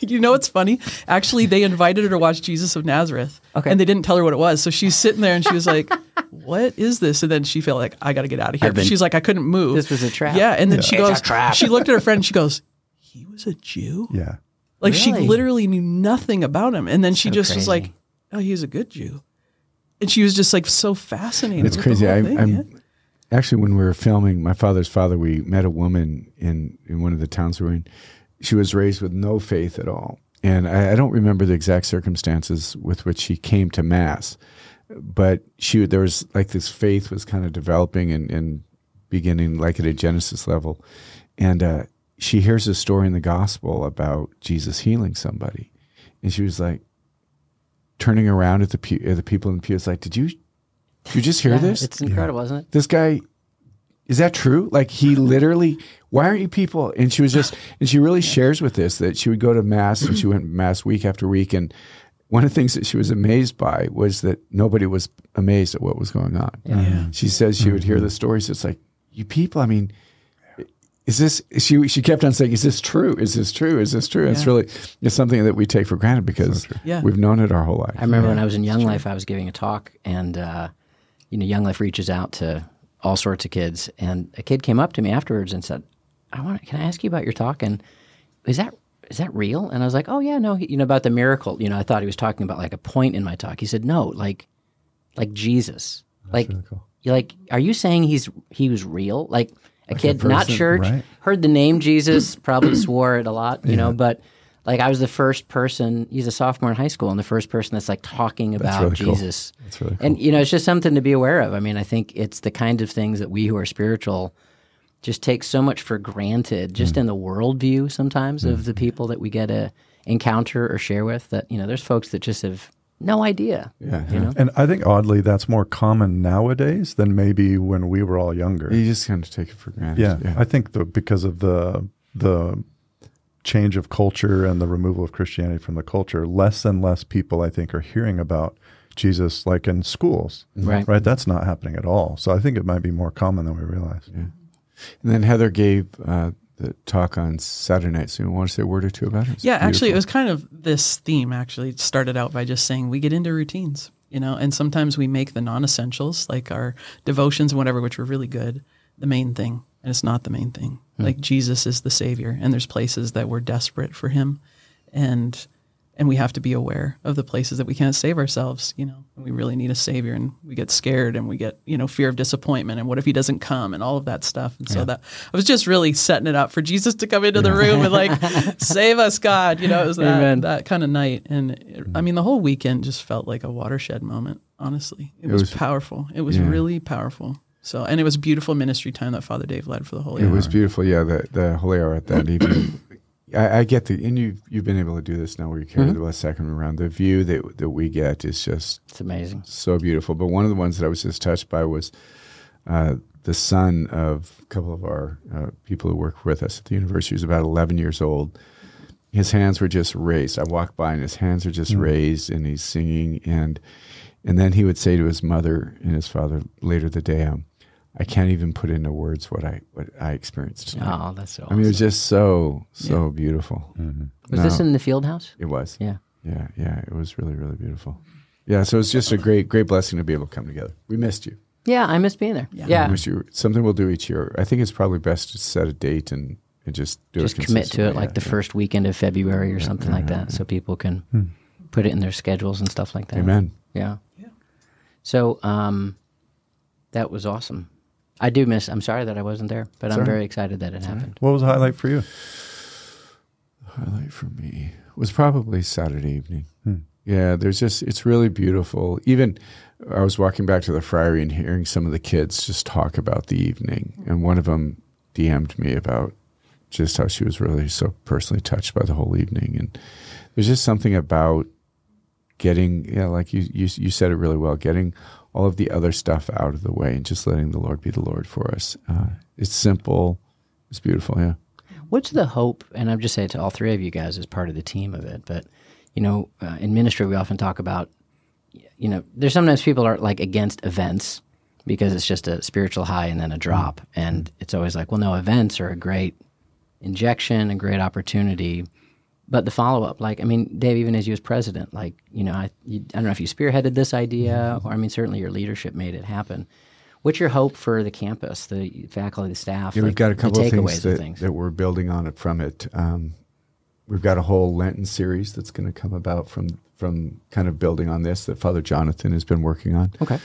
S5: you know what's funny? Actually, they invited her to watch Jesus of Nazareth,
S2: Okay.
S5: and they didn't tell her what it was. So she's sitting there and she was like, "What is this?" And then she felt like, "I got to get out of here."
S2: I've been-
S5: she's like, "I couldn't move.
S2: This was a trap.
S5: Yeah, and then she
S2: It's a
S5: goes,
S2: trap.
S5: she looked at her friend and she goes, "He was a Jew."
S4: Yeah.
S5: Like she
S2: Really?
S5: literally knew nothing about him, and then she just was
S2: crazy.
S5: like, "Oh, he was a good Jew," and she was just like so fascinated.
S3: It's
S5: with
S3: crazy.
S5: the whole
S3: I,
S5: thing,
S3: I'm
S5: yeah.
S3: actually when we were filming my father's father, we met a woman in in one of the towns we were in. She was raised with no faith at all, and I, I don't remember the exact circumstances with which she came to mass, but she there was like this faith was kind of developing and, and beginning like at a Genesis level, and uh, she hears a story in the gospel about Jesus healing somebody, and she was like. Turning around at the pe- at the people in the pew, it's like, did you, did you just hear
S2: Yeah,
S3: this?
S2: It's incredible, isn't it?
S3: this guy is that true? Like he literally, why aren't you people? And she was just, and she really shares with this that she would go to mass and she went to mass week after week. And one of the things that she was amazed by was that nobody was amazed at what was going on. She says she would hear the stories. It's like, you people, I mean, is this, she, she kept on saying, is this true? Is this true? Is this true? And It's
S5: Yeah.
S3: really, it's something that we take for granted because
S5: Yeah.
S3: we've known it our whole life.
S2: I remember when I was in Young Life, I was giving a talk, and uh, you know, Young Life reaches out to all sorts of kids, and a kid came up to me afterwards and said, "I want, can I ask you about your talk? And is that is that real?" And I was like, "Oh yeah, no, he- you know about the miracle. You know, I thought he was talking about like a point in my talk." He said, "No, like, like Jesus, like, you like, are you saying he's he was real? Like a kid, not
S4: person,
S2: church,
S4: right.
S2: heard the name Jesus, probably swore it a lot, you know, but like I was the first person, he's a sophomore in high school, and the first person that's like talking about
S3: really cool.
S2: Jesus.
S3: That's really
S2: And, you know, it's just something to be aware of. I mean, I think it's the kind of things that we who are spiritual just take so much for granted, just
S3: Hmm.
S2: in the worldview sometimes of the people that we get to encounter or share with that, you know, there's folks that just have no idea.
S3: Yeah.
S2: You know?
S4: And I think oddly, that's more common nowadays than maybe when we were all younger.
S3: You just kind of take it for granted.
S4: Yeah, I think the because of the the change of culture and the removal of Christianity from the culture, less and less people I think are hearing about Jesus like in schools.
S2: Right.
S4: Right. That's not happening at all. So I think it might be more common than we realize.
S3: And then Heather gave uh, the talk on Saturday night. So you want to say a word or two about it? It's
S5: yeah, actually, it
S3: beautiful.
S5: was kind of this theme. Actually, it started out by just saying we get into routines, you know, and sometimes we make the non-essentials like our devotions and whatever, which were really good, the main thing, and it's not the main thing.
S3: Hmm.
S5: Like Jesus is the Savior, and there's places that we're desperate for Him, and and we have to be aware of the places that we can't save ourselves. You know, we really need a Savior, and we get scared, and we get you know fear of disappointment, and what if He doesn't come, and all of that stuff. And so that I was just really setting it up for Jesus to come into the room and like save us, God. You know, it was that
S2: Amen.
S5: that kind of night, and it, I mean the whole weekend just felt like a watershed moment. Honestly, it, was,
S3: was-
S5: powerful. It was
S3: yeah.
S5: really powerful. So, and it was beautiful ministry time that Father Dave led for the whole
S3: It
S5: year.
S3: was beautiful. Yeah, the the holy hour at that evening. I, I get the and you you've been able to do this now where you carry the Blessed Sacrament around. The view that that we get is just
S2: It's amazing.
S3: so beautiful. But one of the ones that I was just touched by was uh, the son of a couple of our uh, people who work with us at the university. He's about 11 years old. His hands were just raised. I walked by and his hands are just raised, and he's singing. And and then he would say to his mother and his father later the day, um, "I can't even put into words what I what I experienced." tonight."
S2: Oh, that's so
S3: I mean, it was just so so beautiful.
S2: Was this in the field house?
S3: It was.
S2: Yeah.
S3: Yeah, yeah, it was really, really beautiful. Yeah, so it's just a great, great blessing to be able to come together. We missed you.
S2: Yeah, I miss being there. Yeah.
S3: We missed you. Something we'll do each year. I think it's probably best to set a date and, and just do
S2: Just
S3: it.
S2: commit to it
S3: consistently.
S2: like the
S3: Yeah. Hmm.
S2: first weekend of February or something like that so people can put it in their schedules and stuff like that.
S3: Amen.
S2: Yeah. So um, that was awesome. I do miss, I'm sorry that I wasn't there, but I'm very excited that it happened.
S4: What was the highlight for you?
S3: highlight for me was probably Saturday evening. Yeah, there's just it's really beautiful. Even I was walking back to the friary and hearing some of the kids just talk about the evening, and one of them DM'd me about just how she was really so personally touched by the whole evening, and there's just something about getting yeah, like you you you said it really well, getting all of the other stuff out of the way and just letting the Lord be the Lord for us. Uh, it's simple, it's beautiful. Yeah.
S2: What's the hope? And I'm just saying to all three of you guys as part of the team of it, but you know, uh, in ministry, we often talk about, you know, there's sometimes people are like against events because it's just a spiritual high and then a drop. And it's always like, well, no, events are a great injection, a great opportunity. But the follow up, like, I mean, Dave, even as you as president, like, you know, I, you, I don't know if you spearheaded this idea, or I mean, certainly your leadership made it happen. What's your hope for the campus, the faculty, the staff?
S3: Yeah, we've
S2: like,
S3: got a
S2: the
S3: couple of
S2: takeaways
S3: things that, that we're building on it from it. Um, we've got a whole Lenten series that's going to come about from from kind of building on this that Father Jonathan has been working on.
S2: Okay.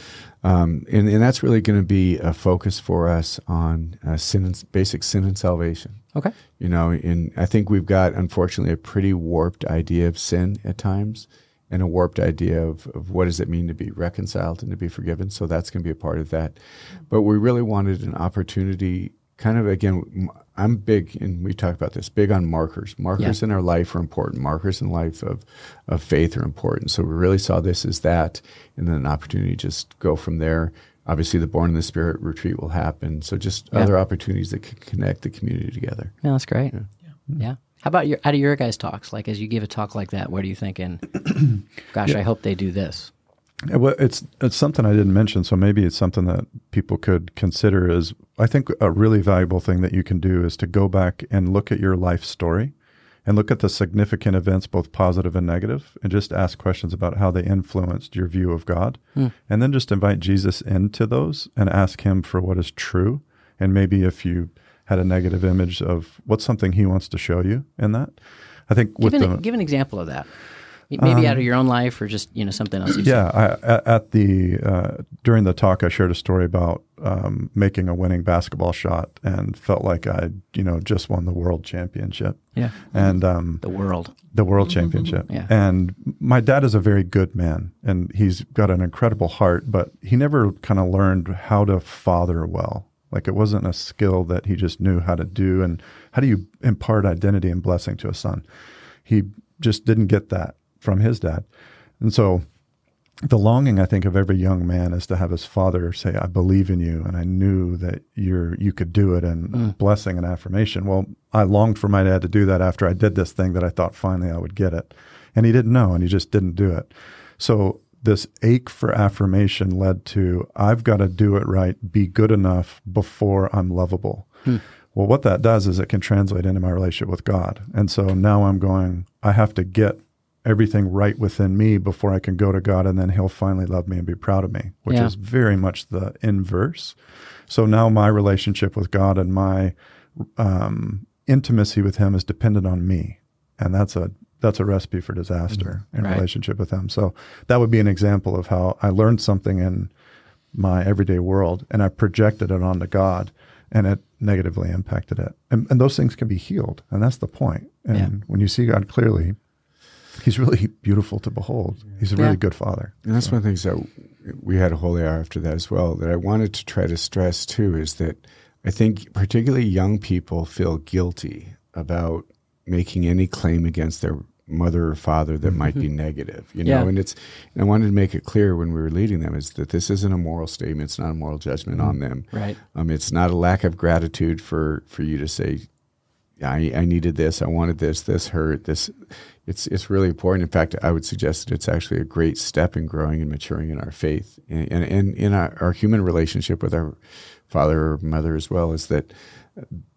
S3: Um, and, and that's really going to be a focus for us on uh, sin and, basic sin and salvation.
S2: Okay.
S3: You know, and I think we've got, unfortunately, a pretty warped idea of sin at times and a warped idea of, of what does it mean to be reconciled and to be forgiven. So that's going to be a part of that. But we really wanted an opportunity, kind of again, m- I'm big, and we talk about this, big on markers. Markers in our life are important. Markers in life of, of faith are important. So we really saw this as that and then an opportunity to just go from there obviously the Born in the Spirit retreat will happen. So just
S2: Yeah.
S3: other opportunities that can connect the community together.
S2: No, that's great. Yeah. How about your out of your guys' talks? Like as you give a talk like that, what are you thinking? Gosh, I hope they do this.
S4: Yeah, Uh, Well, it's it's something I didn't mention, so maybe it's something that people could consider. Is I think a really valuable thing that you can do is to go back and look at your life story, and look at the significant events, both positive and negative, and just ask questions about how they influenced your view of God, and then just invite Jesus into those and ask Him for what is true, and maybe if you had a negative image of what's something He wants to show you in that. I think with
S2: Give an,
S4: the
S2: give an example of that. Maybe out of your own life or just, you know, something else. you've seen.
S4: Yeah, I, at, at the uh, during the talk, I shared a story about um, making a winning basketball shot and felt like I, you know, just won the world championship.
S2: Yeah.
S4: and um,
S2: The world.
S4: the world championship.
S2: Yeah.
S4: And my dad is a very good man and he's got an incredible heart, but he never kind of learned how to father well. Like it wasn't a skill that he just knew how to do. And how do you impart identity and blessing to a son? He just didn't get that from his dad. And so the longing I think of every young man is to have his father say, "I believe in you," and I knew that you're you could do it, and blessing and affirmation. Well, I longed for my dad to do that after I did this thing that I thought finally I would get it, and he didn't know, and he just didn't do it. So this ache for affirmation led to I've got to do it right, be good enough before I'm lovable. Well, what that does is it can translate into my relationship with God, and so now I'm going. I have to get everything right within me before I can go to God and then he'll finally love me and be proud of me, which
S2: Yeah.
S4: is very much the inverse. So now my relationship with God and my um, intimacy with him is dependent on me. And that's a that's a recipe for disaster in
S2: Mm-hmm. Right.
S4: relationship with him. So that would be an example of how I learned something in my everyday world and I projected it onto God and it negatively impacted it. And, and those things can be healed. And that's the point. And
S2: Yeah.
S4: when you see God clearly, he's really beautiful to behold. He's a
S2: Yeah.
S4: really good father.
S3: And that's one of the things that we had a holy hour after that as well that I wanted to try to stress too is that I think particularly young people feel guilty about making any claim against their mother or father that might be negative, you know.
S2: Mm-hmm. Yeah.
S3: And it's and I wanted to make it clear when we were leading them is that this isn't a moral statement, it's not a moral judgment on them.
S2: Mm-hmm. Right.
S3: Um, it's not a lack of gratitude for for you to say I, I needed this. I wanted this. This hurt. This, it's it's really important. In fact, I would suggest that it's actually a great step in growing and maturing in our faith and and, and in our, our human relationship with our father or mother as well. Is that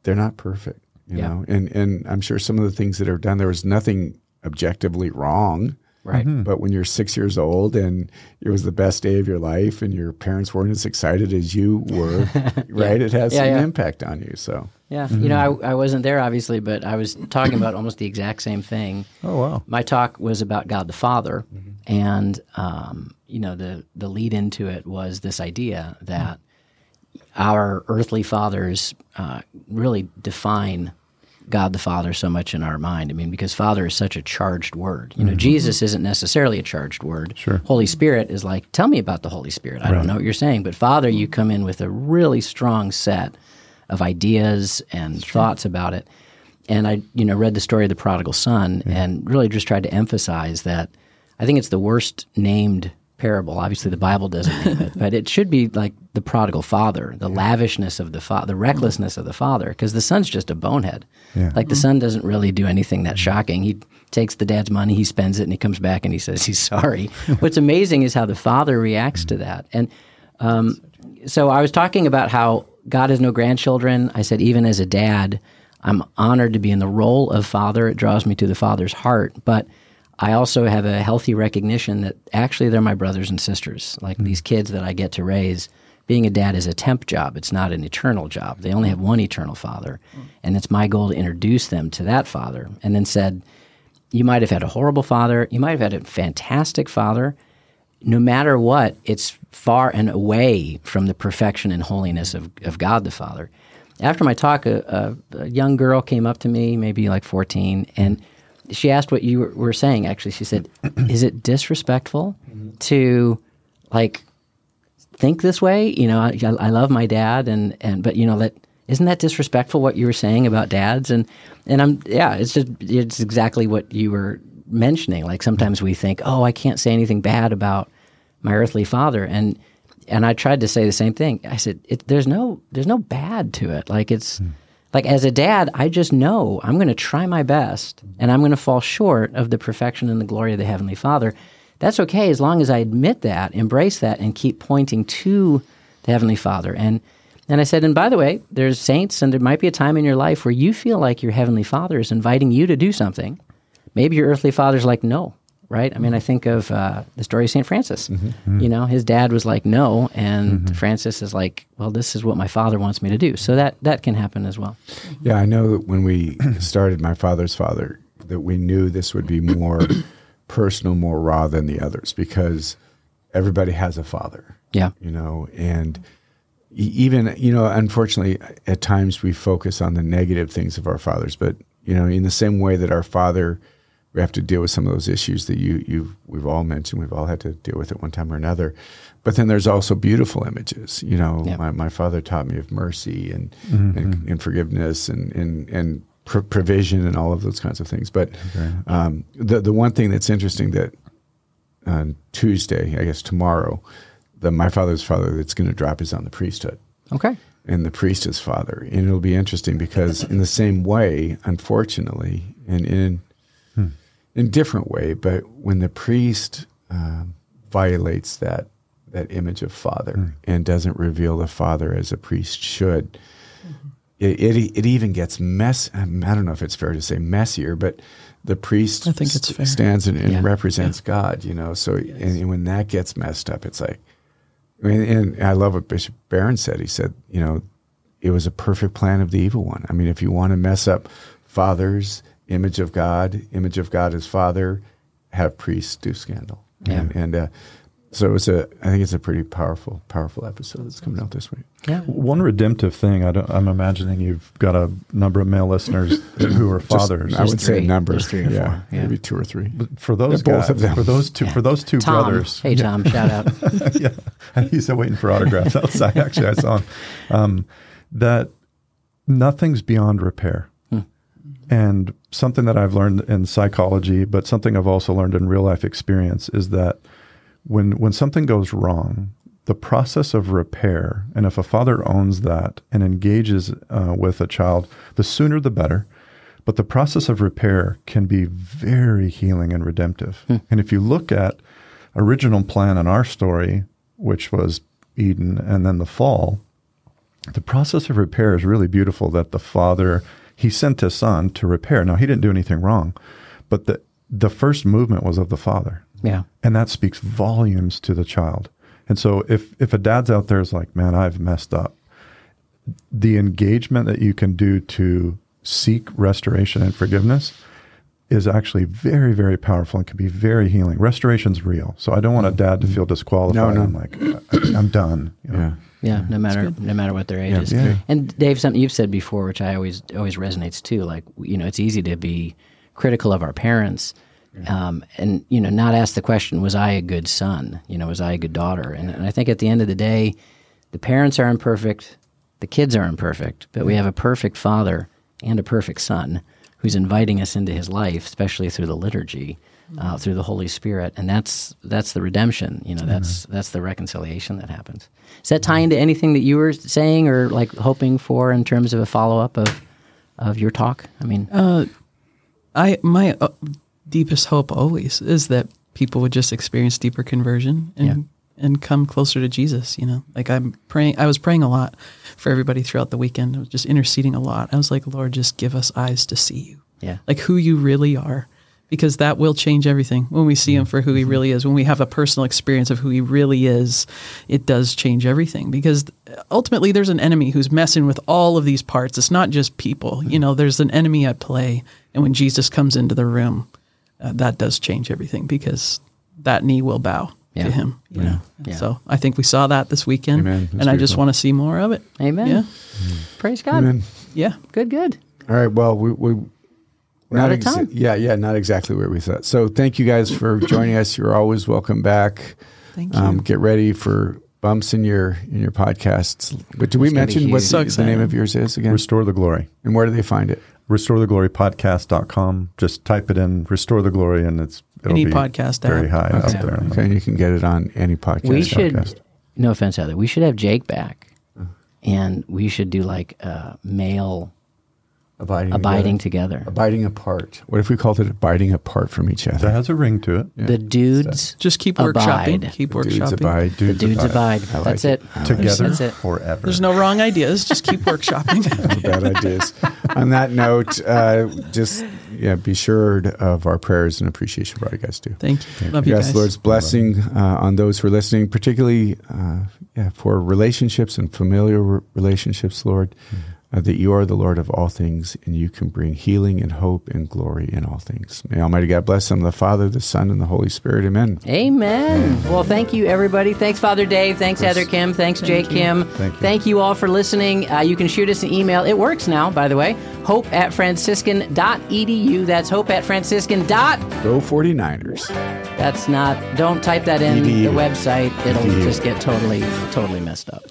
S3: they're not perfect, you
S2: Yeah.
S3: know. And and I'm sure some of the things that are done there was nothing objectively wrong.
S2: Right.
S3: But when you're six years old and it was the best day of your life, and your parents weren't as excited as you were, right? It has
S2: Yeah,
S3: an
S2: yeah.
S3: impact on you. So
S2: Yeah. You know, I, I wasn't there obviously, but I was talking about almost the exact same thing.
S4: Oh, wow.
S2: my talk was about God the Father, and um, you know the the lead into it was this idea that our earthly fathers uh, really define God the Father so much in our mind. I mean, because Father is such a charged word. You know, Jesus isn't necessarily a charged word. Sure. Holy Spirit is like, tell me about the Holy Spirit. I don't know what you're saying, but Father, you come in with a really strong set of ideas and thoughts about it. And I, you know, read the story of the prodigal son and really just tried to emphasize that I think it's the worst named parable. Obviously, the Bible doesn't name it, but it should be like the prodigal father, the lavishness of the father, the recklessness of the father, because the son's just a bonehead. Like the son doesn't really do anything that shocking. He takes the dad's money, he spends it, and he comes back and he says he's sorry. What's amazing is how the father reacts to that. And so I was talking about how God has no grandchildren. I said, even as a dad, I'm honored to be in the role of father. It draws me to the father's heart. But I also have a healthy recognition that actually they're my brothers and sisters. Like these kids that I get to raise, being a dad is a temp job, it's not an eternal job. They only have one eternal father. And it's my goal to introduce them to that father. And then said, you might have had a horrible father, you might have had a fantastic father. No matter what, it's far and away from the perfection and holiness of, of God the Father. After my talk, a, a, a young girl came up to me, maybe like 14, and she asked what you were, were saying, actually. She said, Is it disrespectful to like think this way. You know, I, I love my dad, and and but you know that isn't that disrespectful what you were saying about dads and and I'm yeah, it's just it's exactly what you were mentioning. Like sometimes we think, oh, I can't say anything bad about my earthly father, and and I tried to say the same thing. I said, it, "There's no, there's no bad to it. Like it's, like as a dad, I just know I'm going to try my best, and I'm going to fall short of the perfection and the glory of the Heavenly Father. That's okay as long as I admit that, embrace that, and keep pointing to the Heavenly Father. And and I said, and by the way, there's saints, and there might be a time in your life where you feel like your Heavenly Father is inviting you to do something. Maybe your earthly father's like, no, right? I mean, I think of uh, the story of St. Francis.
S4: Mm-hmm.
S2: Mm-hmm. You know, his dad was like, no, and Francis is like, well, this is what my father wants me to do. So that, that can happen as well.
S3: Yeah, I know that when we started my father's father, that we knew this would be more personal, more raw than the others because everybody has a father.
S2: Yeah.
S3: You know, and e- even, you know, unfortunately, at times we focus on the negative things of our fathers, but, you know, in the same way that our father, we have to deal with some of those issues that you, you, we've all mentioned, we've all had to deal with at one time or another. But then there's also beautiful images. You know,
S2: Yeah.
S3: my, my father taught me of mercy and, and, and forgiveness and, and, and pr- provision and all of those kinds of things. But um, the, the one thing that's interesting that on Tuesday, I guess tomorrow, the my father's father that's going to drop is on the priesthood
S2: Okay.
S3: and the priest is father. And it'll be interesting because in the same way, unfortunately, and in
S2: Hmm.
S3: in different way, but when the priest um, violates that that image of father
S2: Hmm.
S3: and doesn't reveal the father as a priest should, it, it it even gets mess. um, I don't know if it's fair to say messier, but the priest
S5: I think it's fair.
S3: stands and, and
S2: Yeah.
S3: represents God, you know. So and, and when that gets messed up, it's like, I mean, and I love what Bishop Barron said. He said, you know, it was a perfect plan of the evil one. I mean, if you want to mess up fathers, image of God, image of God as father, have priests do scandal.
S2: Yeah.
S3: And, and uh, so it was a. I think it's a pretty powerful, powerful episode that's coming out this week.
S2: Yeah.
S4: One redemptive thing, I don't, I'm imagining you've got a number of male listeners who are
S3: Just-
S4: fathers.
S3: I would
S2: three.
S3: say a number,
S2: There's three or
S3: yeah,
S2: four, yeah.
S3: maybe two or three.
S4: for those
S3: Both
S4: guys,
S3: of them.
S4: for those two, for those two
S2: Tom.
S4: brothers.
S2: Hey, Tom, shout out.
S4: yeah, he's still waiting for autographs outside. Actually, I saw him. Um, that nothing's beyond repair,
S2: Hmm.
S4: and something that I've learned in psychology, but something I've also learned in real life experience is that when when something goes wrong, the process of repair, and if a father owns that and engages uh, with a child, the sooner the better. But the process of repair can be very healing and redemptive. And if you look at original plan in our story, which was Eden and then the fall, the process of repair is really beautiful that the father he sent his son to repair. Now he didn't do anything wrong, but the the first movement was of the father
S2: Yeah.
S4: and that speaks volumes to the child. And so if if a dad's out there is like, man, I've messed up, the engagement that you can do to seek restoration and forgiveness is actually very, very powerful and can be very healing. Restoration's real. So I don't want a dad to feel
S3: Mm-hmm.
S4: disqualified.
S3: No, no.
S4: I'm like, I- I'm done. you know.
S3: Yeah.
S2: Yeah, no matter no matter what their age is.
S4: yeah.
S2: And Dave, something you've said before, which I always always resonates too. Like you know, it's easy to be critical of our parents, um, and you know, not ask the question, "Was I a good son? You know, was I a good daughter?" And, and I think at the end of the day, the parents are imperfect, the kids are imperfect, but we have a perfect father and a perfect son who's inviting us into his life, especially through the liturgy, uh, through the Holy Spirit, and that's that's the redemption. You know, that's that's the reconciliation that happens. Does that tie into anything that you were saying or like hoping for in terms of a follow up of of your talk? I mean,
S5: I my uh, deepest hope always is that people would just experience deeper conversion and and come closer to Jesus. You know, like I'm praying. I was praying a lot for everybody throughout the weekend. I was just interceding a lot. I was like, Lord, just give us eyes to see you,
S2: yeah,
S5: like who you really are, because that will change everything when we see him for who he really is. When we have a personal experience of who he really is, it does change everything. Because ultimately, there's an enemy who's messing with all of these parts. It's not just people. You know, there's an enemy at play, and when Jesus comes into the room, uh, that does change everything because that knee will bow
S2: Yeah.
S5: to him. You know,
S2: Yeah.
S5: so I think we saw that this weekend,
S3: Amen.
S5: and
S3: That's
S5: I just
S3: beautiful.
S5: want to see more of it.
S2: Amen.
S5: Yeah,
S2: Praise God.
S3: Amen.
S5: yeah.
S2: Good, good.
S3: All right. Well, we we
S2: We're out of time.
S3: Yeah, yeah, not exactly where we thought. So thank you guys for joining us. You're always welcome back.
S5: Thank you.
S3: Um, get ready for bumps in your in your podcasts. But do we
S2: gonna be
S3: mention what
S2: huge.
S5: So
S3: the, the name
S5: excited.
S3: of yours is again?
S4: Restore the glory.
S3: and where do they find it?
S4: RestoreTheGloryPodcast.com. Just type it in, restore the glory, and it's it'll
S5: Any
S4: be
S5: podcast
S4: very
S5: app.
S4: high up
S2: Okay.
S4: there.
S3: Okay, and you can get it on any podcast.
S2: we should
S4: podcast.
S2: no offense, Heather, we should have Jake back, and we should do like a male
S3: Abiding,
S2: abiding together.
S3: abiding apart. What if we called it abiding apart from each other?
S4: That has a ring to it.
S2: The dudes
S5: Just keep
S2: Abide.
S5: workshopping. Keep
S3: Dudes
S5: workshopping.
S3: abide,
S2: The dudes abide.
S3: I like
S2: That's it.
S3: I like
S4: Together
S2: That's it.
S4: forever.
S5: There's no wrong ideas. Just keep workshopping.
S3: bad ideas. On that note, uh, just yeah, be sure of our prayers and appreciation for what you guys do.
S5: Thank you. Love you
S3: yes,
S5: guys.
S3: Lord's blessing uh, on those who are listening, particularly uh, yeah, for relationships and familiar re- relationships, Lord,
S5: Mm.
S3: uh, that you are the Lord of all things and you can bring healing and hope and glory in all things. May Almighty God bless them, the Father, the Son, and the Holy Spirit. Amen.
S2: Amen. Well, thank you, everybody. Thanks, Father Dave. Thanks, Heather Kim. Thanks, Jake Kim.
S4: Thank you.
S2: Thank you all for listening. Uh, you can shoot us an email. It works now, by the way. Hope at Franciscan.edu. That's hope at Franciscan. Dot.
S3: Go 49ers.
S2: That's not, don't type that in
S3: EDU.
S2: the website. It'll
S3: EDU.
S2: just get totally, totally messed up.